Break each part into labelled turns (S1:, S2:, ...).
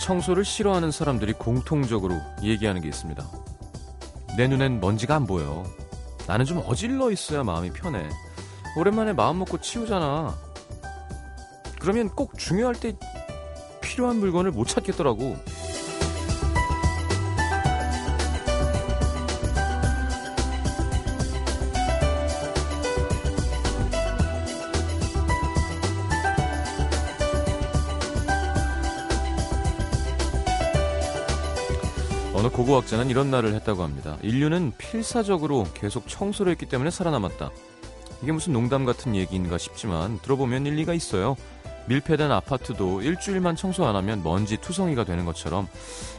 S1: 청소를 싫어하는 사람들이 공통적으로 얘기하는 게 있습니다. 내 눈엔 먼지가 안 보여. 나는 좀 어질러 있어야 마음이 편해. 오랜만에 마음 먹고 치우잖아. 그러면 꼭 중요할 때 필요한 물건을 못 찾겠더라고. 어느 고고학자는 이런 말을 했다고 합니다. 인류는 필사적으로 계속 청소를 했기 때문에 살아남았다. 이게 무슨 농담 같은 얘기인가 싶지만 들어보면 일리가 있어요. 밀폐된 아파트도 일주일만 청소 안 하면 먼지 투성이가 되는 것처럼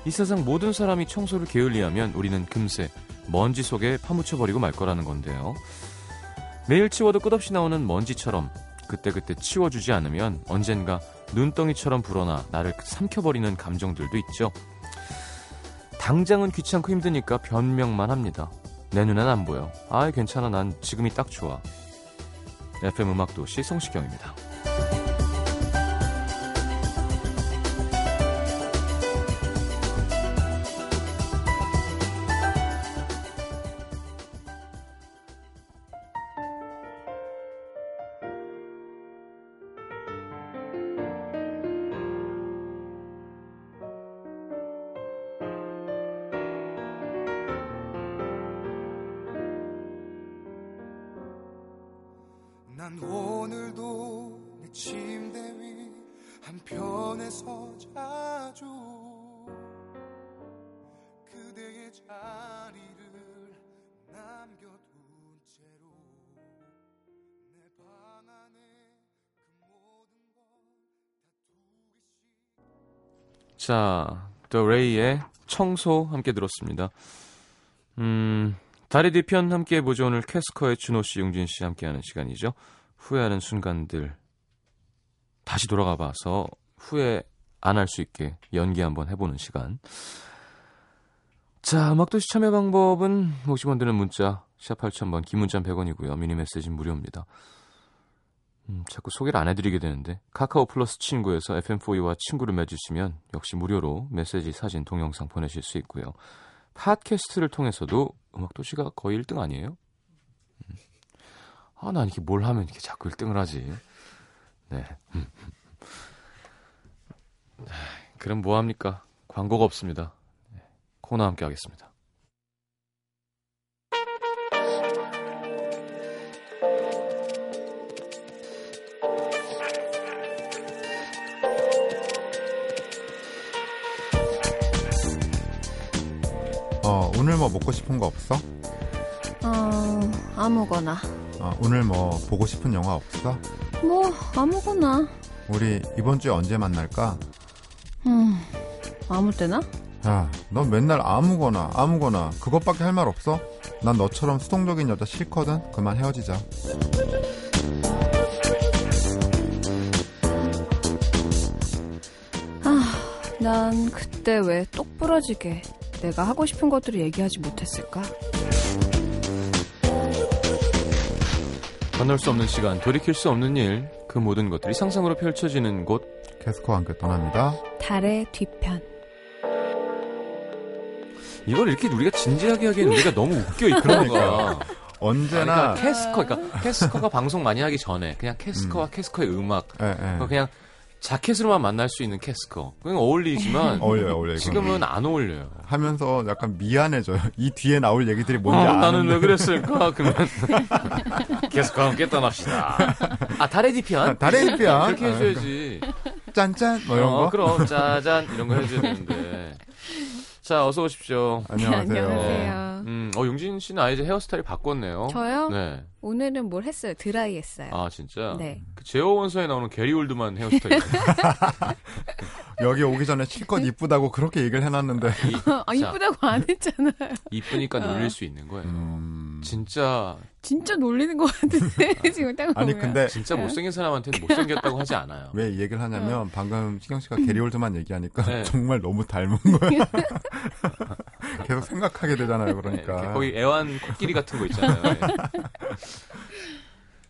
S1: 이 세상 모든 사람이 청소를 게을리하면 우리는 금세 먼지 속에 파묻혀버리고 말 거라는 건데요. 매일 치워도 끝없이 나오는 먼지처럼 그때그때 치워주지 않으면 언젠가 눈덩이처럼 불어나 나를 삼켜버리는 감정들도 있죠. 당장은 귀찮고 힘드니까 변명만 합니다. 내 눈엔 안 보여. 아이 괜찮아 난 지금이 딱 좋아. FM 음악도시 성시경입니다.
S2: 난 오늘도 내 침대 위 한편에서 자죠 그대의 자리를 남겨둔 채로 내 방 안에 그 모든 걸다 두개씩
S1: 자, 더 레이의 청소 함께 들었습니다. 음, 다리 뒤편 함께 해보죠. 오늘 캐스커의 준호 씨, 용진 씨 함께하는 시간이죠. 후회하는 순간들 다시 돌아가 봐서 후회 안 할 수 있게 연기 한번 해보는 시간. 자, 음악도시 참여 방법은 50원 드는 문자, 샵 8000번, 긴 문자 100원이고요. 미니 메시지는 무료입니다. 음, 자꾸 소개를 안 해드리게 되는데 카카오 플러스 친구에서 FM4E와 친구를 맺으시면 역시 무료로 메시지, 사진, 동영상 보내실 수 있고요. 팟캐스트를 통해서도 음악도시가 거의 1등 아니에요? 음. 아, 난 이렇게 뭘 하면 이렇게 자꾸 1등을 하지. 네. 음. 아, 그럼 뭐합니까? 광고가 없습니다. 네. 코너 함께 하겠습니다.
S3: 어, 오늘 뭐 먹고 싶은 거 없어?
S4: 어, 아무거나.
S3: 어, 오늘 뭐 보고 싶은 영화 없어?
S4: 뭐, 아무거나.
S3: 우리 이번 주에 언제 만날까?
S4: 음, 아무 때나?
S3: 야, 넌 맨날 아무거나, 아무거나, 그것밖에 할 말 없어? 난 너처럼 수동적인 여자 싫거든? 그만 헤어지자.
S4: 난 그때 왜 똑부러지게 내가 하고 싶은 것들을 얘기하지 못했을까?
S1: 건널 수 없는 시간, 돌이킬 수 없는 일, 그 모든 것들이 상상으로 펼쳐지는 곳.
S3: 캐스코 함께 떠납니다.
S4: 달의 뒤편.
S1: 이걸 이렇게 우리가 진지하게 하기엔 우리가 너무 웃겨 있는 거야. 그러니까
S3: 언제나,
S1: 캐스커, 그러니까 캐스커가 방송 많이 하기 전에 그냥 캐스커와 캐스커의 음악, 네. 그러니까
S3: 예, 예.
S1: 그냥 자켓으로만 만날 수 있는 캐스커. 그냥 어울리지만 네,
S3: 어울려요, 어울려요. 이거는.
S1: 지금은 안 어울려요.
S3: 하면서 약간 미안해져요. 이 뒤에 나올 얘기들이 뭔지
S1: 아,
S3: 아는데.
S1: 나는 왜 그랬을까? 그러면 캐스커 함께 떠납시다. 아 달의 아, 뒤편.
S3: 달의 뒤편.
S1: 그렇게 해줘야지.
S3: 짠짠! 뭐 이런
S1: 어,
S3: 거?
S1: 그럼 짜잔 이런 거 해줘야 되는데. 자 어서 오십시오.
S3: 안녕하세요.
S4: 안녕하세요.
S1: 음, 어 용진 씨는 아예 이제 헤어스타일
S3: 음.
S1: 바꿨네요.
S4: 저요?
S1: 네.
S4: 오늘은 뭘 했어요? 드라이 했어요.
S1: 아 진짜.
S4: 네.
S1: 그 제어 원서에 나오는 게리 올드만 헤어스타일.
S3: 여기 오기 전에 실컷 이쁘다고 그렇게 얘기를 해놨는데.
S4: 아, 이쁘다고 안 했잖아요.
S1: 이쁘니까 놀릴 수 있는 거예요.
S3: 음,
S1: 진짜
S4: 진짜 놀리는 것 같은데, 지금 딱 보면.
S3: 아니, 근데
S1: 진짜
S5: 네.
S1: 못생긴 사람한테는 못생겼다고 하지 않아요.
S3: 왜 이 얘기를 하냐면
S4: 네.
S3: 방금 신경 씨가 게리올드만 얘기하니까
S1: 네.
S3: 정말 너무 닮은 거야. 계속 생각하게 되잖아요.
S1: 네, 이렇게
S3: 그러니까.
S1: 거기 애완 코끼리 같은 거 있잖아요. 네.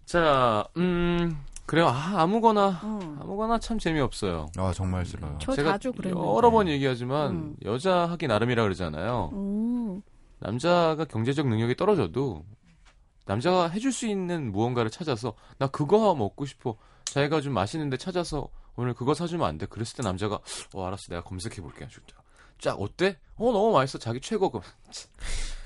S1: 자, 음 그래요. 아, 아무거나
S4: 어.
S1: 아무거나 참 재미없어요.
S3: 아 정말 싫어요.
S5: 저
S1: 제가
S5: 자주 그랬는데.
S1: 여러 번 얘기하지만
S4: 음.
S1: 여자 하기 나름이라
S3: 어.
S1: 그러잖아요.
S5: 음,
S1: 남자가 경제적 능력이 떨어져도 남자가 해줄 수 있는 무언가를 찾아서 나 그거 먹고 싶어. 자기가 좀 맛있는데 찾아서 오늘 그거 사주면 안 돼. 그랬을 때 남자가 어 알았어 내가 검색해 볼게. 쫙 어때? 어 너무 맛있어. 자기 최고. 그럼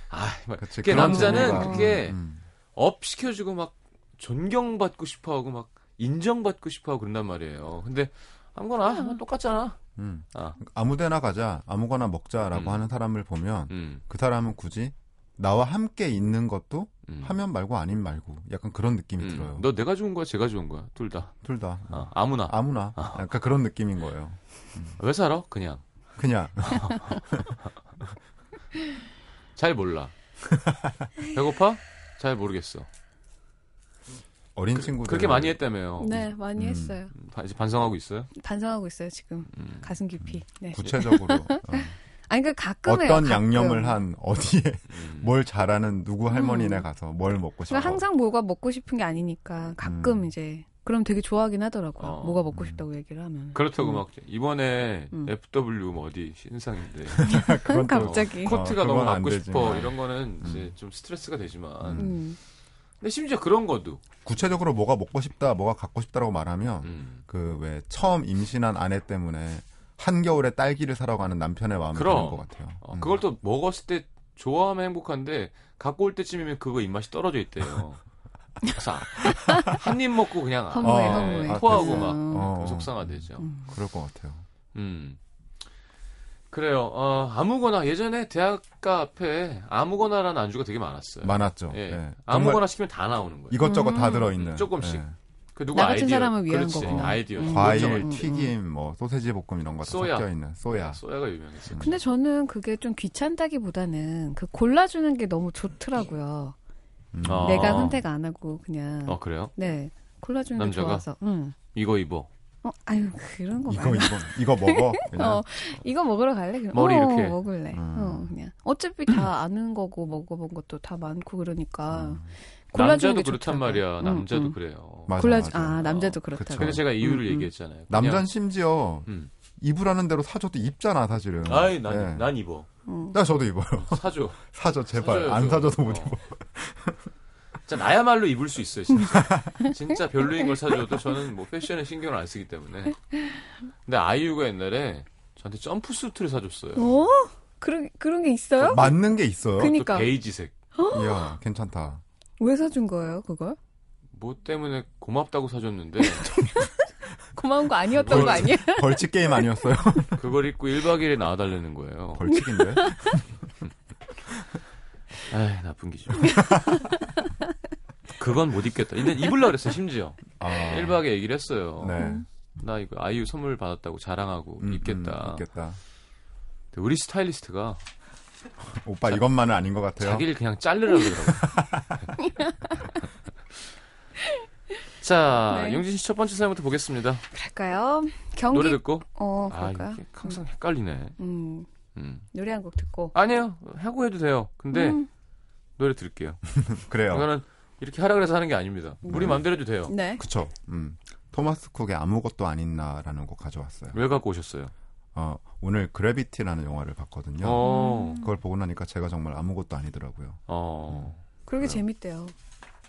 S1: 아, 막
S3: 그치,
S1: 그게
S3: 그런
S1: 남자는
S3: 재미가.
S1: 그게
S3: 음.
S1: 업 시켜주고 막 존경받고 싶어하고 막 인정받고 싶어하고 그런단 말이에요. 근데 아무거나 뭐 똑같잖아.
S3: 음.
S1: 아.
S3: 아무데나 가자, 아무거나 먹자라고
S1: 음.
S3: 하는 사람을 보면
S1: 음,
S3: 그 사람은 굳이 나와 함께 있는 것도
S1: 음.
S3: 하면 말고 아닌 말고 약간 그런 느낌이
S1: 음.
S3: 들어요.
S1: 너 내가 좋은 거야, 제가 좋은 거야, 둘 다.
S3: 둘 다.
S1: 아, 아무나.
S3: 아무나. 약간 그런 느낌인 거예요.
S1: 왜 살아? 그냥.
S3: 그냥.
S1: 잘 몰라. 배고파? 잘 모르겠어.
S3: 어린 친구들.
S1: 그렇게 많이 했다며요.
S4: 네, 많이
S3: 음.
S4: 했어요.
S1: 음, 바- 이제 반성하고 있어요?
S4: 반성하고 있어요, 지금.
S1: 음.
S4: 가슴 깊이. 네.
S3: 구체적으로 어.
S4: 아니, 그 가끔 해요.
S3: 어떤
S4: 가끔.
S3: 양념을 한 어디에
S1: 음.
S3: 뭘 잘하는 누구 할머니네
S4: 음.
S3: 가서 뭘 먹고 싶어.
S4: 그러니까 항상 뭐가 먹고 싶은 게 아니니까 가끔
S3: 음.
S4: 이제 그럼 되게 좋아하긴 하더라고요.
S1: 어.
S4: 뭐가 먹고
S3: 음.
S4: 싶다고 얘기를 하면.
S1: 그렇다고 막 이번에
S4: 음.
S1: FW 뭐 어디 신상인데
S3: 그건 또
S4: 갑자기.
S1: 코트가
S3: 어,
S1: 너무
S3: 그건 안
S1: 갖고 싶어
S3: 되지만.
S1: 이런 거는 이제
S3: 음.
S1: 좀 스트레스가 되지만
S3: 음.
S4: 음.
S1: 근데 심지어 그런 거도
S3: 구체적으로 뭐가 먹고 싶다, 뭐가 갖고 싶다라고 말하면
S1: 음.
S3: 그 왜 처음 임신한 아내 때문에 한겨울에 딸기를 사러 가는 남편의 마음이
S1: 그럼.
S3: 드는 것 같아요.
S1: 어,
S3: 음.
S1: 그걸 또 먹었을 때 좋아하면 행복한데 갖고 올 때쯤이면 그거 입맛이 떨어져 있대요. 그래서 한 입 먹고 그냥 아,
S4: 허무해,
S1: 네,
S4: 허무해.
S1: 토하고
S4: 음.
S1: 막
S3: 어,
S1: 속상하대죠.
S4: 음.
S3: 그럴 것 같아요.
S1: 음. 그래요. 어, 아무거나 예전에 대학가 앞에 아무거나라는 안주가 되게 많았어요.
S3: 많았죠.
S1: 예.
S3: 예. 정말
S1: 아무거나 시키면 다 나오는 거예요.
S3: 이것저것 다
S4: 음.
S3: 들어있는.
S1: 조금씩.
S3: 예.
S1: 그 누구
S4: 나 같은
S1: 아이디어.
S4: 사람을 위한
S1: 그렇지,
S4: 거고.
S1: 아이디어.
S4: 음.
S3: 과일,
S1: 결정을.
S3: 튀김, 뭐 소세지 볶음 이런 거 다
S1: 쏘야.
S3: 섞여 있는 쏘야.
S1: 소야가 유명했어요.
S4: 근데 저는 그게 좀 귀찮다기보다는 그 골라주는 게 너무 좋더라고요.
S3: 음.
S1: 아.
S4: 내가 선택 안 하고 그냥
S1: 어 그래요?
S4: 네 골라주는
S1: 남자가?
S4: 게 좋아서. 응.
S1: 이거 입어.
S4: 어 아유 그런 거
S3: 이거
S4: 말고
S3: 이거 이거 먹어. 그냥.
S4: 어, 이거 먹으러 갈래? 그럼
S1: 머리
S4: 어,
S1: 이렇게.
S4: 먹을래.
S3: 음.
S4: 어, 그냥 어차피 다 아는 거고 먹어본 것도 다 많고 그러니까
S3: 음.
S1: 남자도
S4: 골라주는 게
S1: 그렇단
S4: 좋더라고요.
S1: 말이야.
S4: 음,
S1: 남자도
S4: 음.
S1: 그래요.
S3: 맞아,
S4: 골라주
S3: 맞아.
S4: 아 남자도 그렇다고.
S1: 근데 제가 이유를
S4: 음, 음.
S1: 얘기했잖아요.
S3: 남자는 심지어
S1: 그냥, 음.
S3: 입으라는 대로 사줘도 입잖아 사실은.
S1: 아이 난,
S3: 예.
S1: 난 입어.
S4: 음.
S3: 나 저도 입어요.
S1: 사줘.
S3: 사줘 제발
S1: 사줘야죠.
S3: 안 사줘도 못
S1: 어.
S3: 입어.
S1: 진짜 나야말로 입을 수 있어요, 진짜. 진짜 별로인 걸 사줘도 저는 뭐 패션에 신경을 안 쓰기 때문에. 근데 아이유가 옛날에 저한테 점프수트를 사줬어요. 그
S4: 어 그런 그런 게 있어요?
S3: 맞는 게 있어요.
S4: 그니-
S1: 또
S4: 그러니까.
S1: 베이지색.
S3: 이야 괜찮다.
S4: 왜 사준 거예요 그걸?
S1: 뭐 때문에 고맙다고 사줬는데
S4: 고마운 거 아니었던
S1: 뭘-
S4: 거 아니야?
S3: 벌칙 게임 아니었어요?
S1: 그걸 입고 1박 2일에 나와달라는 거예요.
S3: 벌칙인데.
S1: 에이 나쁜 기준. 그건 못 입겠다. 근데 입을라 그랬어 요 심지어.
S3: 아.
S1: 1박에 얘기를 했어요. 음,
S3: 네.
S1: 나 이거 아이유 선물 받았다고 자랑하고
S3: 음,
S1: 입겠다.
S3: 음, 입겠다.
S1: 근데 우리 스타일리스트가
S3: 오빠 이것만은 아닌 것 같아요.
S1: 자기를 그냥 자르라고 그러더라고. 자,
S4: 네.
S1: 영진 씨 첫 번째 사연부터 보겠습니다.
S4: 갈까요? 경기
S1: 노래 듣고.
S4: 어
S1: 아,
S4: 그럴까요?
S1: 이게 항상 헷갈리네.
S4: 음
S1: 음.
S4: 노래 한 곡 듣고.
S1: 아니에요. 하고 해도 돼요. 근데
S4: 음,
S1: 노래 들을게요.
S3: 그래요.
S1: 이거는 이렇게 하라 그래서 하는 게 아닙니다. 우리 마음대로 해도 돼요.
S4: 네.
S3: 그쵸. 음. 토마스 쿡의 아무것도 아닌 나라는 곡 가져왔어요.
S1: 왜 갖고 오셨어요?
S3: 어, 오늘 그래비티라는 영화를 봤거든요.
S1: 어,
S4: 음.
S3: 그걸 보고 나니까 제가 정말 아무것도 아니더라고요.
S1: 어,
S4: 그러게 재밌대요.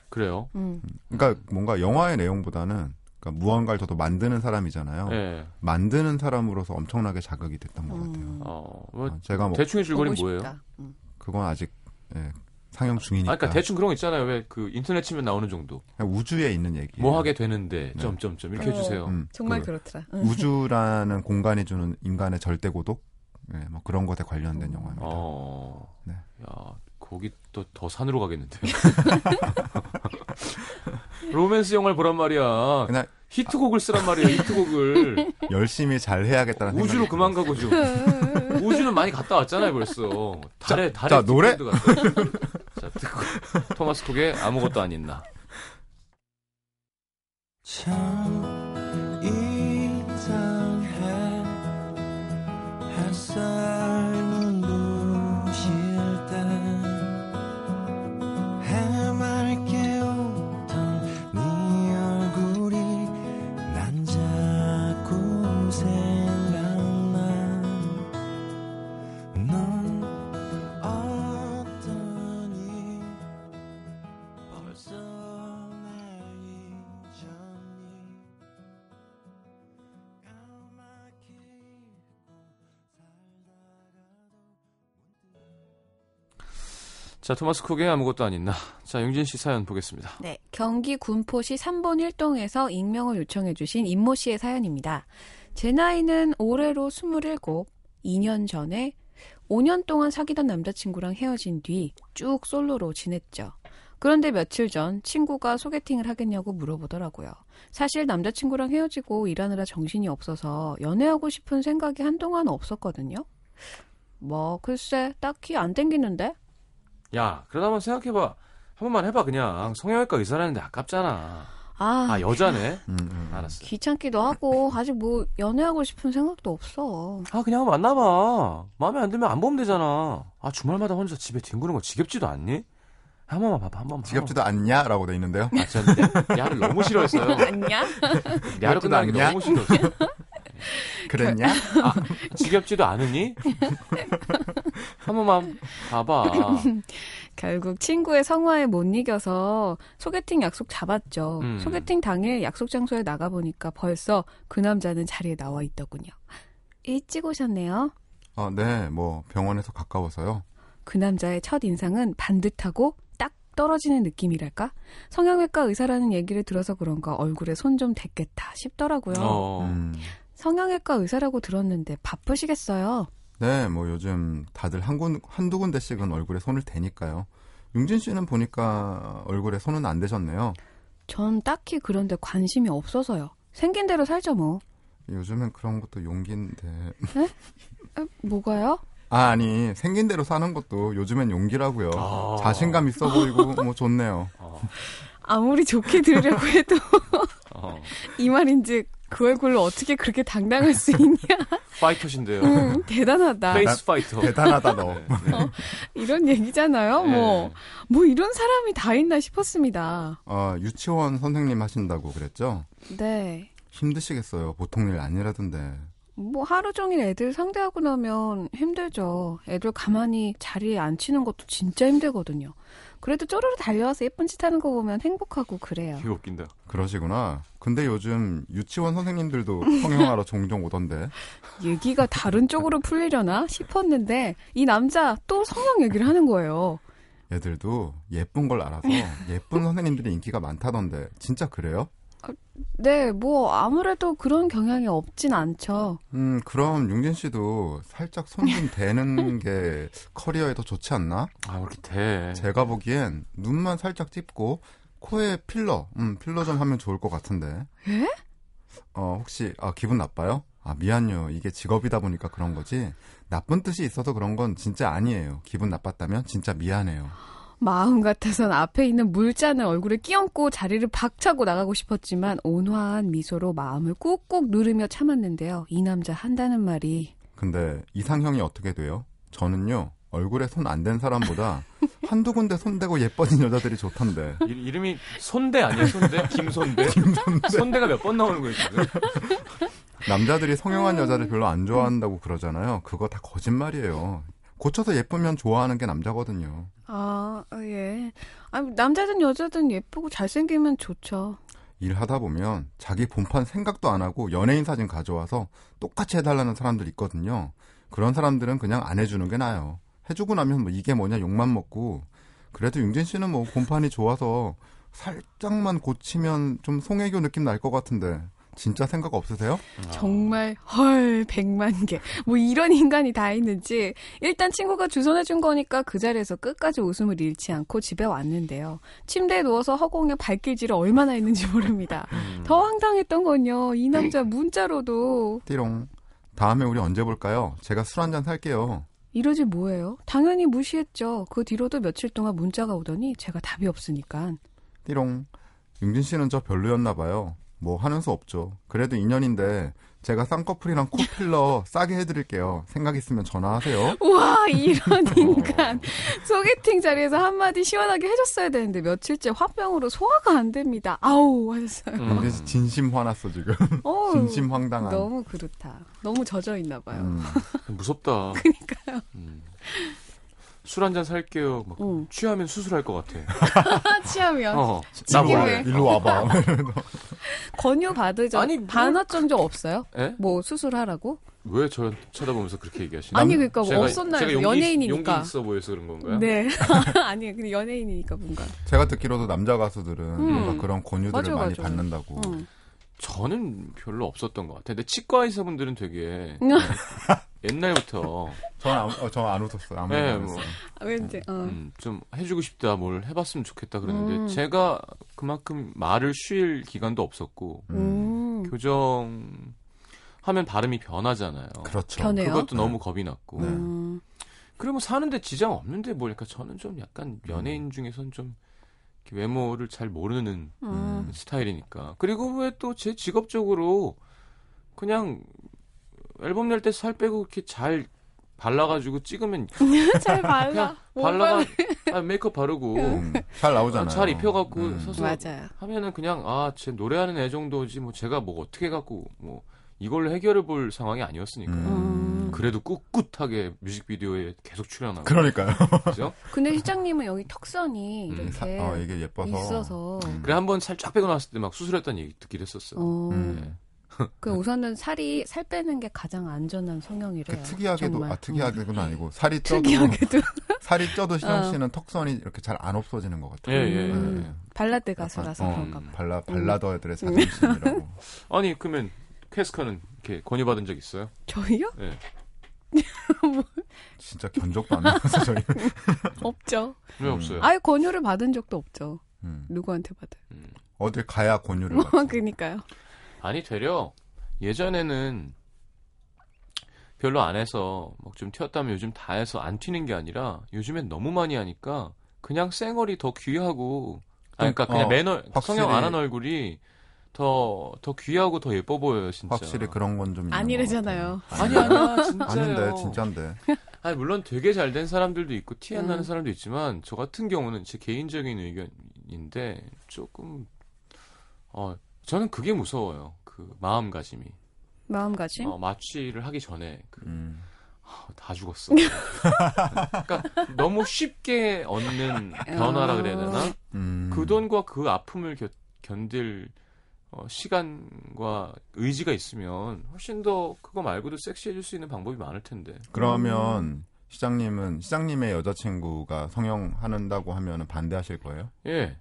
S1: 그래요.
S4: 음.
S3: 그러니까 뭔가 영화의 내용보다는 그러니까 무언가를 저도 만드는 사람이잖아요.
S1: 예.
S3: 만드는 사람으로서 엄청나게 자극이 됐던 것 같아요.
S1: 어, 뭐
S3: 어, 제가 뭐
S1: 대충의 줄거리는
S4: 보고
S1: 뭐예요?
S4: 싶다. 음.
S3: 그건 아직 예, 상영 중이니까
S1: 아, 그러니까 대충 그런 거 있잖아요. 왜 그 인터넷 치면 나오는 정도.
S3: 그냥 우주에 있는 얘기.
S1: 뭐 하게 되는데
S3: 네.
S1: 점점점
S4: 어.
S1: 이렇게 해주세요.
S3: 음,
S4: 정말
S3: 그
S4: 그, 렇더라
S3: 우주라는 공간이 주는 인간의 절대 고독, 예, 뭐 그런 것에
S4: 음.
S3: 관련된 영화입니다.
S1: 어.
S3: 네.
S1: 야, 거기 또 더 산으로 가겠는데. 로맨스 영화를 보란 말이야.
S3: 그냥
S1: 히트곡을 쓰란 말이야. 히트곡을.
S3: 열심히 잘 해야겠다는
S1: 우주로
S3: 아. 생각이
S1: 그만 가고 좀.
S4: 음.
S1: 우주는 많이 갔다 왔잖아요, 벌써. 달에 달에
S3: 자, 노래?
S1: 뒷편도 갔다 왔어요. 자, 듣고 토마스 톡의 아무것도 안 있나.
S2: 참 이상해 햇살 눈부실 때 해맑게 웃던 네 얼굴이 난 잠시
S1: 자, 토마스 쿡의 아무것도 아닌 나. 자, 용진 씨 사연 보겠습니다.
S4: 네, 경기 군포시 3번 1동에서 익명을 요청해주신 임모 씨의 사연입니다. 제 나이는 올해로 27, 2년 전에 5년 동안 사귀던 남자친구랑 헤어진 뒤 쭉 솔로로 지냈죠. 그런데 며칠 전 친구가 소개팅을 하겠냐고 물어보더라고요. 사실 남자친구랑 헤어지고 일하느라 정신이 없어서 연애하고 싶은 생각이 한동안 없었거든요. 뭐, 글쎄, 딱히 안 땡기는데?
S1: 야, 그러다 한번 생각해봐. 한 번만 해봐, 그냥. 성형외과 의사라는데 아깝잖아.
S4: 아,
S1: 아, 여자네?
S3: 음, 음.
S1: 알았어.
S4: 귀찮기도 하고 아직 뭐 연애하고 싶은 생각도 없어.
S1: 아, 그냥 만나봐. 마음에 안 들면 안 보면 되잖아. 아, 주말마다 혼자 집에 뒹구는 거 지겹지도 않니? 한 번만 봐봐, 한 번만.
S3: 지겹지도 않냐라고 돼 있는데요.
S1: 아, 전 야- 야를 너무 싫어했어요.
S4: 아니야?
S1: 야를
S3: 지겹지도
S1: 끝나는 게
S3: 않냐?
S1: 너무 싫었어.
S3: 그랬냐?
S1: 아, 지겹지도 않으니? 한 번만 봐봐.
S4: 결국 친구의 성화에 못 이겨서 소개팅 약속 잡았죠.
S1: 음.
S4: 소개팅 당일 약속 장소에 나가 보니까 벌써 그 남자는 자리에 나와 있더군요. 일찍 오셨네요.
S3: 아, 네, 뭐 병원에서 가까워서요.
S4: 그 남자의 첫 인상은 반듯하고 딱 떨어지는 느낌이랄까? 성형외과 의사라는 얘기를 들어서 그런가 얼굴에 손 좀 댔겠다 싶더라고요.
S1: 어.
S3: 음.
S4: 성형외과 의사라고 들었는데 바쁘시겠어요?
S3: 네, 뭐 요즘 다들 한 군, 한두 군데씩은 얼굴에 손을 대니까요. 융진 씨는 보니까 얼굴에 손은 안 대셨네요.
S4: 전 딱히 그런데 관심이 없어서요. 생긴 대로 살죠 뭐.
S3: 요즘엔 그런 것도 용기인데.
S4: 에, 뭐가요?
S3: 아, 아니, 생긴 대로 사는 것도 요즘엔 용기라고요.
S1: 아.
S3: 자신감 있어 보이고 뭐 좋네요.
S1: 어.
S4: 아무리 좋게 들으려고 해도
S1: 어.
S4: 이 말인즉 그 얼굴로 어떻게 그렇게 당당할 수 있냐?
S1: 파이터신데요.
S4: 음, 대단하다.
S1: 페이스 파이터.
S3: 대단하다 너.
S1: 네, 네.
S4: 이런 얘기잖아요. 뭐 뭐
S1: 네.
S4: 이런 사람이 다 있나 싶었습니다.
S3: 아, 유치원 선생님 하신다고 그랬죠?
S4: 네.
S3: 힘드시겠어요. 보통 일 아니라던데.
S4: 뭐 하루 종일 애들 상대하고 나면 힘들죠. 애들 가만히 자리에 앉히는 것도 진짜 힘들거든요. 그래도 쪼르르 달려와서 예쁜 짓 하는 거 보면 행복하고 그래요.
S1: 이거 네. 웃긴다.
S3: 그러시구나. 근데 요즘 유치원 선생님들도 성형하러 종종 오던데.
S4: 얘기가 다른 쪽으로 풀리려나 싶었는데 이 남자 또 성형 얘기를 하는 거예요.
S3: 애들도 예쁜 걸 알아서 예쁜 선생님들이 인기가 많다던데. 진짜 그래요?
S4: 네, 뭐 아무래도 그런 경향이 없진 않죠.
S3: 음, 그럼 융진 씨도 살짝 손 좀 대는 게 커리어에 더 좋지 않나?
S1: 아, 왜 이렇게 돼.
S3: 제가 보기엔 눈만 살짝 찝고 코에 필러, 음, 필러 좀 하면 좋을 것 같은데.
S4: 예?
S3: 어, 혹시 아, 기분 나빠요? 아, 미안요. 이게 직업이다 보니까 그런 거지. 나쁜 뜻이 있어서 그런 건 진짜 아니에요. 기분 나빴다면 진짜 미안해요.
S4: 마음 같아선 앞에 있는 물잔을 얼굴에 끼얹고 자리를 박차고 나가고 싶었지만 온화한 미소로 마음을 꾹꾹 누르며 참았는데요. 이 남자 한다는 말이
S3: 근데 이상형이 어떻게 돼요? 저는요. 얼굴에 손 안 댄 사람보다 한두 군데 손 대고 예뻐진 여자들이 좋던데.
S1: 이- 이름이 손대 아니에요? 손대? 김손대? 손대가 몇 번 나오는 거예요, 지금?
S3: 남자들이 성형한 여자를 별로 안 좋아한다고 그러잖아요. 그거 다 거짓말이에요. 고쳐서 예쁘면 좋아하는 게 남자거든요.
S4: 아, 예. 남자든 여자든 예쁘고 잘생기면 좋죠.
S3: 일하다 보면 자기 본판 생각도 안 하고 연예인 사진 가져와서 똑같이 해달라는 사람들 있거든요. 그런 사람들은 그냥 안 해주는 게 나아요. 해주고 나면 뭐 이게 뭐냐 욕만 먹고. 그래도 융진 씨는 뭐 본판이 좋아서 살짝만 고치면 좀 송혜교 느낌 날 것 같은데 진짜 생각 없으세요?
S4: 정말 헐 백만 개 뭐 이런 인간이 다 있는지 일단 친구가 주선해준 거니까 그 자리에서 끝까지 웃음을 잃지 않고 집에 왔는데요 침대에 누워서 허공에 발길질을 얼마나 했는지 모릅니다
S1: 음.
S4: 더 황당했던 건요 이 남자 문자로도
S3: 띠롱. 다음에 우리 언제 볼까요? 제가 술 한 잔 살게요.
S4: 이러지 뭐예요 당연히 무시했죠 그 뒤로도 며칠 동안 문자가 오더니 제가 답이 없으니까
S3: 띠롱. 융진 씨는 저 별로였나 봐요. 뭐 하는 수 없죠. 그래도 인연인데 제가 쌍꺼풀이랑 코필러 싸게 해드릴게요. 생각 있으면 전화하세요.
S4: 우와 이런 인간
S1: 어.
S4: 소개팅 자리에서 한마디 시원하게 해줬어야 되는데 며칠째 화병으로 소화가 안 됩니다 아우 하셨어요
S1: 음.
S3: 융진 씨 진심 화났어 지금.
S4: 어우.
S3: 진심 황당한.
S4: 너무 그렇다. 너무 젖어 있나 봐요.
S3: 음,
S1: 무섭다. 그니까요. 술 한 잔 살게요. 막
S4: 응.
S1: 취하면 수술할 것 같아.
S4: 치하면
S1: 어.
S4: 나
S3: 일로 와,
S4: 왜?
S3: 일로 와봐.
S4: 권유 받으죠.
S1: 아니, 뭐-
S4: 반환 점적 없어요?
S1: 예?
S3: 그
S4: 뭐 수술하라고?
S1: 왜 저 쳐다보면서 그렇게 얘기하시나요?
S4: 아니 그러니까
S1: 제가-
S4: 없었나요?
S1: 제가 용기,
S4: 연예인이니까.
S1: 용기 있어 보여서 그런 건가요?
S4: 네. 아니 근데 연예인이니까 뭔가.
S3: 제가 듣기로도 남자 가수들은
S4: 음.
S3: 뭔가 그런 권유들을
S4: 맞아요,
S3: 많이
S4: 맞아요.
S3: 받는다고.
S4: 음. 의사분들은
S1: 저는 별로 없었던 것 같아요. 근데 치과 의사분들은 되게
S3: 음.
S4: 아,
S1: 옛날부터
S3: 저는 아무, 어, 저는 안 웃었어요. 아무
S1: 네,
S3: 말도 안
S1: 뭐.
S3: 했어요.
S4: 아, 왠지. 어.
S1: 음, 좀 해주고 싶다, 뭘 해봤으면 좋겠다 그랬는데
S4: 음.
S1: 제가 그만큼 말을 쉴 기간도 없었고
S3: 음,
S4: 음.
S1: 교정 하면 발음이 변하잖아요.
S3: 그렇죠.
S4: 변해요?
S1: 그것도 너무 겁이 났고.
S3: 네.
S4: 음.
S1: 그리고 뭐 사는데 지장 없는데 뭐니까 그러니까 저는 좀 약간
S3: 음.
S1: 연예인 중에선 좀 이렇게 외모를 잘 모르는
S4: 음.
S1: 스타일이니까. 그리고 왜 또 제 직업적으로 그냥 앨범 낼 때 살 빼고 이렇게 잘 발라가지고 찍으면 그냥
S4: 잘 발라.
S1: 발라가 아, 메이크업 바르고
S3: 음, 잘 나오잖아요.
S1: 잘 입혀갖고
S3: 음.
S1: 서서
S4: 맞아요.
S1: 하면은 그냥 아, 제 노래하는 애 정도지 뭐 제가 뭐 어떻게 갖고 뭐 이걸로 해결해 볼 상황이 아니었으니까. 요
S4: 음.
S1: 그래도 꿋꿋하게 뮤직비디오에 계속 출연하고
S3: 그러니까요.
S1: 그죠?
S4: 근데 시장님은 여기 턱선이
S1: 음,
S3: 사-
S4: 이렇게
S3: 어, 이게 예뻐서.
S4: 네. 있어서.
S3: 음.
S1: 그래 한 번 살 쫙 빼고 나왔을 때 막 수술했다는 얘기 듣기도 했었어요.
S4: 어.
S3: 음.
S4: 그 우선은 살이 살 빼는 게 가장 안전한 성형이래요.
S3: 그 특이하게도
S4: 네, 정말.
S3: 아 특이하게는 아니고 살이
S4: 어.
S3: 쪄도
S4: 특이하게도
S3: 살이 쪄도 시장
S4: 어.
S3: 씨는 턱선이 이렇게 잘 안 없어지는 것 같아요.
S1: 예, 예, 예.
S4: 음. 발라드
S3: 약간,
S4: 가수라서
S3: 어,
S4: 그런가 봐.
S3: 발라 발라더들의 자존심이라고.
S1: 아니 그러면 캐스커는 이렇게 권유받은 적 있어요?
S4: 저희요?
S1: 예.
S3: 진짜 견적도 안 나와서 저희.
S4: 없죠.
S1: 왜
S3: 음.
S1: 없어요?
S4: 아예 권유를 받은 적도 없죠.
S3: 음.
S4: 누구한테 받아요?
S3: 어딜 가야 권유를
S4: 뭐,
S3: 받죠.
S4: 그니까요.
S1: 아니 되려 예전에는 별로 안 해서 막 좀 튀었다면 요즘 다 해서 안 튀는 게 아니라 요즘엔 너무 많이 하니까 그냥 쌩얼이 더 귀하고 아 그러니까
S3: 좀,
S1: 그냥
S3: 어,
S1: 맨얼
S3: 확실히-
S1: 성형 안 한 얼굴이 더 더 귀하고 더 예뻐 보여요 진짜.
S3: 확실히 그런 건 좀. 있는
S4: 아니래잖아요.
S3: 것 같아요. 음.
S1: 아니 아니야 진짜요.
S3: 아닌데 진짜인데.
S1: 아니 물론 되게 잘 된 사람들도 있고 티 안
S4: 음.
S1: 나는 사람도 있지만 저 같은 경우는 제 개인적인 의견인데 조금 어 저는 그게 무서워요. 그 마음가짐이
S4: 마음가짐?
S1: 어, 마취를 하기 전에 그,
S3: 음.
S1: 아, 다 죽었어. 그러니까 너무 쉽게 얻는 변화라 그래야 되나?
S3: 음.
S1: 그 돈과 그 아픔을 견, 견딜 어, 시간과 의지가 있으면 훨씬 더 그거 말고도 섹시해질 수 있는 방법이 많을 텐데.
S3: 그러면 시장님은 시장님의 여자친구가 성형하는다고 하면 반대하실 거예요?
S1: 예,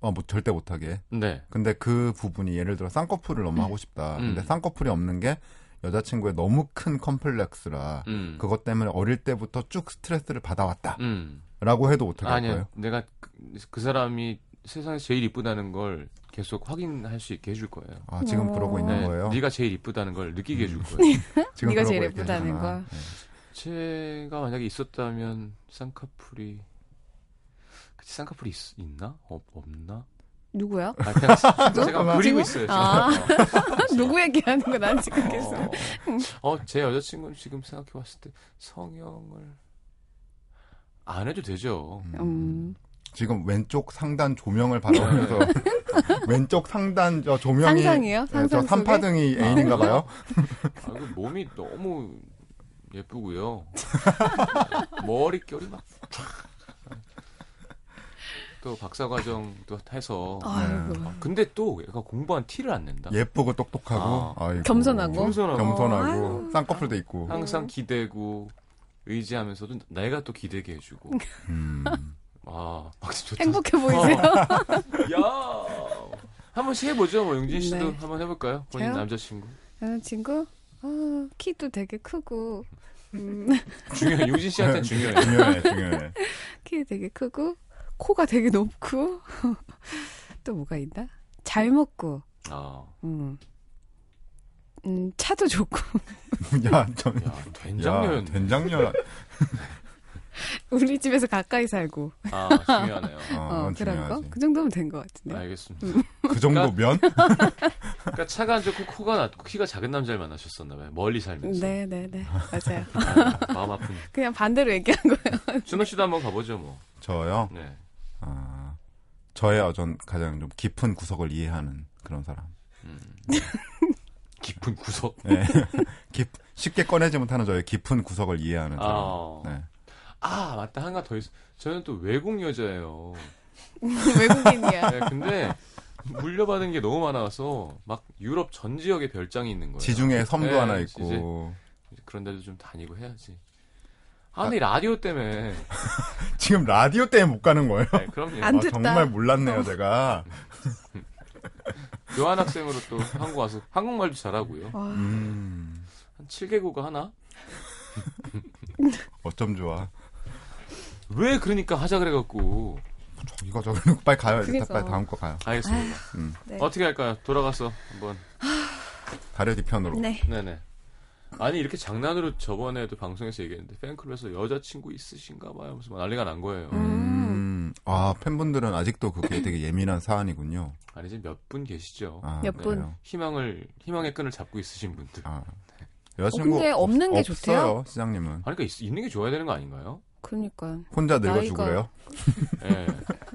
S3: 어, 뭐 절대 못하게.
S1: 네.
S3: 근데 그 부분이 예를 들어 쌍꺼풀을 너무 하고 싶다. 근데
S1: 음.
S3: 쌍꺼풀이 없는 게 여자친구의 너무 큰 컴플렉스라
S1: 음.
S3: 아, 그것 때문에 어릴 때부터 쭉 스트레스를 받아왔다라고
S1: 음.
S3: 해도 못할
S1: 아니야,
S3: 거예요.
S1: 내가 그, 그 사람이 세상에서 제일 이쁘다는 걸 계속 확인할 수 있게 해줄 거예요.
S3: 아, 지금
S4: 어.
S3: 그러고 있는 거예요.
S1: 네가 제일 이쁘다는 걸 느끼게 해줄 거예요.
S3: 지금 그러고
S4: 네가 제일
S3: 얘기하시구나.
S4: 예쁘다는 걸.
S3: 네.
S1: 제가 만약에 있었다면 쌍꺼풀이 그치 쌍꺼풀이 있, 있나? 없, 없나?
S4: 누구야?
S1: 아, 그냥 진짜 제가
S3: 잠깐만.
S1: 그리고
S4: 지금?
S1: 있어요. 지금.
S4: 아.
S1: 어.
S4: 누구 얘기하는 거야? 난 지금 계속.
S1: 어, 어, 제 여자친구는 지금 생각해 봤을 때 성형을 안 해도 되죠.
S4: 음.
S3: 지금 왼쪽 상단 조명을 바라보면서 왼쪽 상단 저 조명이
S4: 상상이에요?
S3: 네, 저
S4: 상상 속에? 어.
S3: 삼파등이 애인인가 봐요.
S1: 아, 그 몸이 너무 예쁘고요. 머릿결이 막. 촥. 또 박사과정도 해서.
S4: 아이고.
S3: 네.
S1: 아, 근데 또 얘가 공부한 티를 안 낸다.
S3: 예쁘고 똑똑하고 아이고.
S4: 겸손하고.
S1: 겸손하고.
S3: 겸손하고
S4: 아유.
S3: 쌍꺼풀도 있고.
S4: 음.
S1: 항상 기대고 의지하면서도 내가 또 기대게 해주고.
S3: 음.
S1: 아, 박수 좋다.
S4: 행복해 보이세요?
S1: 야. 한 번씩 해보죠. 뭐 용진 씨도
S4: 네.
S1: 한번 해볼까요? 본인
S4: 저요?
S1: 남자친구.
S3: 어.
S4: 여자친구? 아, 키도 되게 크고, 음,
S1: 중요해. 용진 씨한테 중요해.
S3: 중요해, 중요해.
S4: 키 되게 크고, 코가 되게 높고, 또 뭐가 있나? 잘 먹고,
S1: 아,
S4: 음, 음, 차도 좋고,
S3: 야, 저,
S1: 야 된장녀였네.
S3: 야, 어, 된장녀.
S4: 우리 집에서 가까이 살고,
S1: 아, 중요하네요.
S3: 어,
S4: 어,
S3: 그건
S4: 그런 거?
S3: 중요하지.
S4: 그 정도면 된 것
S3: 네.
S4: 같은데.
S1: 알겠습니다.
S3: 그 정도면?
S1: 그러니까 차가 안 좋고 코가 낮고 키가 작은 남자를 만나셨었나 봐요. 멀리 살면서.
S4: 네, 네, 네. 맞아요.
S1: 아, 마음 아픈.
S4: 그냥 반대로 얘기한 거예요.
S1: 준호 씨도 한번 가보죠, 뭐.
S3: 저요.
S1: 네.
S3: 아, 저의 어전 가장 좀 깊은 구석을 이해하는 그런 사람.
S1: 깊은 구석.
S3: 네. 깊, 쉽게 꺼내지 못하는 저의 깊은 구석을 이해하는 사람.
S1: 아.
S3: 네.
S1: 아, 맞다. 하나 더 있어. 저는 또 외국 여자예요.
S4: 외국인이야.
S1: 네, 근데 물려받은 게 너무 많아서 막 유럽 전 지역에 별장이 있는 거예요.
S3: 지중해 섬도
S1: 네,
S3: 하나
S1: 지지.
S3: 있고.
S1: 그런 데도 좀 다니고 해야지. 아, 근데 이 라디오 때문에.
S3: 지금 라디오 때문에 못 가는 거예요?
S1: 네, 그럼요.
S4: 안
S3: 아,
S4: 듣다.
S3: 정말 몰랐네요, 제가.
S1: 교환 학생으로 또 한국 와서 한국말도 잘하고요.
S4: 와,
S3: 음,
S1: 한 7개국어 하나?
S3: 어쩜 좋아.
S1: 왜 그러니까 하자 그래 갖고.
S3: 저기가 저기는 빨리 가요. 일단
S4: 그래서.
S3: 빨리 다음 거 가요.
S1: 알겠습니다.
S3: 음,
S4: 네.
S1: 어떻게 할까요? 돌아가서 한번.
S3: 가려 뒤편으로.
S4: 네.
S1: 네네. 아니 이렇게 장난으로 저번에도 방송에서 얘기했는데 팬클럽에서 여자친구 있으신가 봐요. 무슨 난리가 난 거예요.
S3: 음, 아, 팬분들은 아직도 그게 되게 예민한 사안이군요.
S1: 아니 이제 몇 분 계시죠. 네.
S3: 아,
S4: 몇 분?
S3: 그래요?
S1: 희망을 희망의 끈을 잡고 있으신 분들.
S3: 아, 여자친구
S4: 어, 근데 없는 게
S3: 없-
S4: 좋대요?
S3: 없어요, 시장님은.
S1: 아니 그러니까 있, 있는 게 좋아야 되는 거 아닌가요?
S4: 그러니까
S3: 혼자 늙어주고
S4: 나이가-
S3: 그래요?
S1: 예.